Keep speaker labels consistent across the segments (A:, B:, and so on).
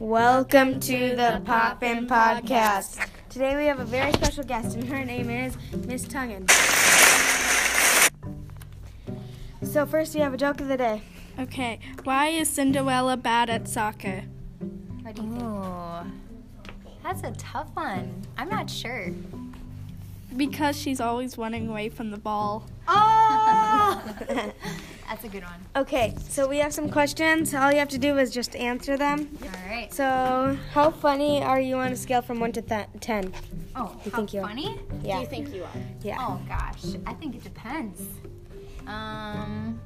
A: Welcome to the Poppin' Podcast. Today we have a very special guest, and her name is Miss Tungan. So first, we have a joke of the day.
B: Okay, why is Cinderella bad at soccer?
C: What do you think? That's a tough one. I'm not sure.
B: Because she's always running away from the ball.
C: That's a good one.
A: Okay, so we have some questions. All you have to do is just answer them.
C: All right.
A: So, how funny are you on a scale from one to th- ten?
C: Oh, how
A: think you are?
C: funny?
A: Yeah.
B: think you are?
A: yeah.
C: Oh gosh, I think it depends. Um,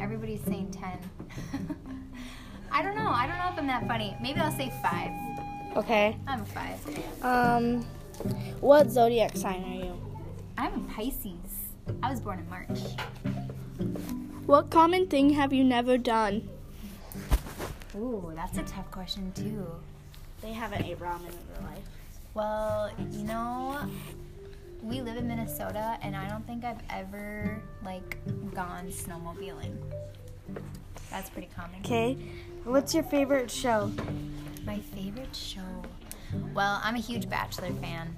C: everybody's saying ten. I don't know. I don't know if I'm that funny. Maybe I'll say five.
A: Okay.
C: I'm a five.
A: Um, what zodiac sign are you?
C: I'm a Pisces. I was born in March.
B: What common thing have you never done?
C: Ooh, that's a tough question too.
A: They haven't ate ramen in their life.
C: Well, you know, we live in Minnesota, and I don't think I've ever like gone snowmobiling. That's pretty common.
A: Okay. What's your favorite show?
C: My favorite show. Well, I'm a huge Bachelor fan,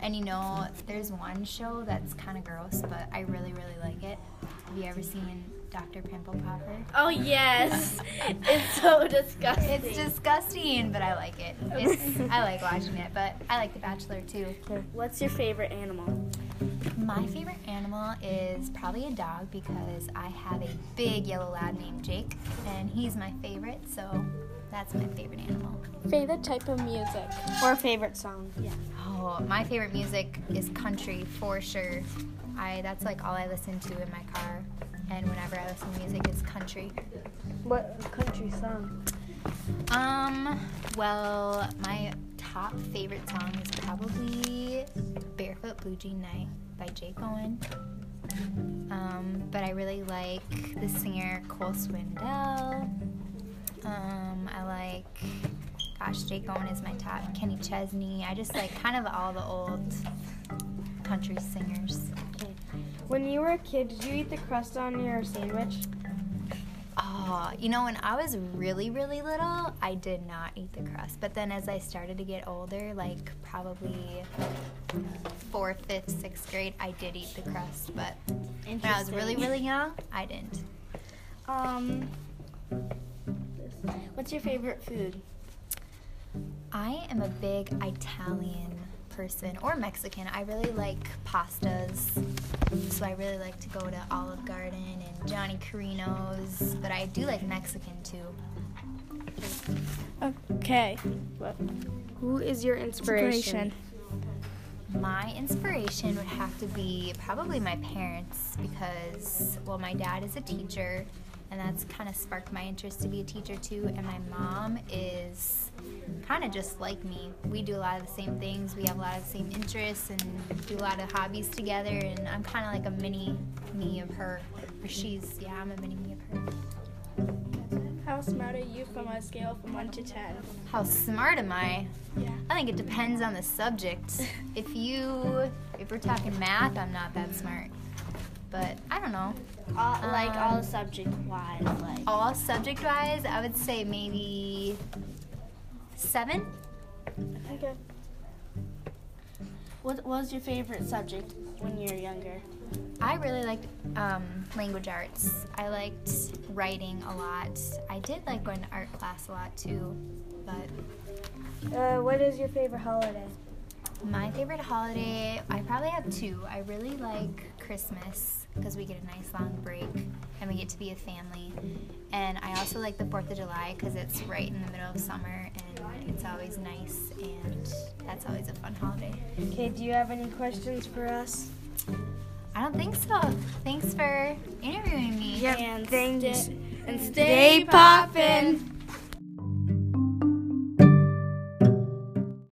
C: and you know, there's one show that's kind of gross, but I really, really like it. Have you ever seen Dr. Pimple Popper?
D: Oh yes, it's so disgusting.
C: It's disgusting, but I like it. It's, I like watching it, but I like The Bachelor too.
D: What's your favorite animal?
C: My favorite animal is probably a dog because I have a big yellow lab named Jake, and he's my favorite, so that's my favorite animal.
B: Favorite type of music?
A: Or favorite song?
C: Oh, my favorite music is country for sure. I that's like all I listen to in my car, and whenever I listen to music, it's country.
A: What country song?
C: Um, well, my top favorite song is probably Barefoot Blue Jean Night by Jake Owen. Um, but I really like the singer Cole Swindell. Um, I like, gosh, Jake Owen is my top. Kenny Chesney. I just like kind of all the old country singers.
A: When you were a kid, did you eat the crust on your sandwich?
C: Oh, you know, when I was really, really little, I did not eat the crust. But then as I started to get older, like probably fourth, fifth, sixth grade, I did eat the crust. But when I was really, really young, I didn't.
D: Um, what's your favorite food?
C: I am a big Italian person or Mexican. I really like pastas. So I really like to go to Olive Garden and Johnny Carino's. But I do like Mexican too.
B: Okay.
A: Who is your inspiration?
C: My inspiration would have to be probably my parents because, well, my dad is a teacher, and that's kind of sparked my interest to be a teacher too. And my mom is kind of just like me. We do a lot of the same things, we have a lot of the same interests, and do a lot of hobbies together. And I'm kind of like a mini me of her. Or she's, yeah, I'm a mini me of her.
B: How smart are you from a scale from 1 to 10?
C: How smart am I?
B: Yeah.
C: I think it depends on the subject. If you, if we're talking math, I'm not that smart. But I don't know. Um,
D: All, like all the subject wise, like
C: All subject wise, I would say maybe seven.
D: okay. What was your favorite subject when you were younger?
C: I really liked um, language arts. I liked writing a lot. I did like going to art class a lot too. But
A: Uh, what is your favorite holiday?
C: my favorite holiday, I probably have two. I really like Christmas because we get a nice long break and we get to be a family. And I also like the 4th of July because it's right in the middle of summer and it's always nice and that's always a fun holiday.
A: Okay, do you have any questions for us?
C: I don't think so. Thanks for interviewing me.
A: Yeah,
B: And
A: thanks.
B: And
A: Stay poppin'.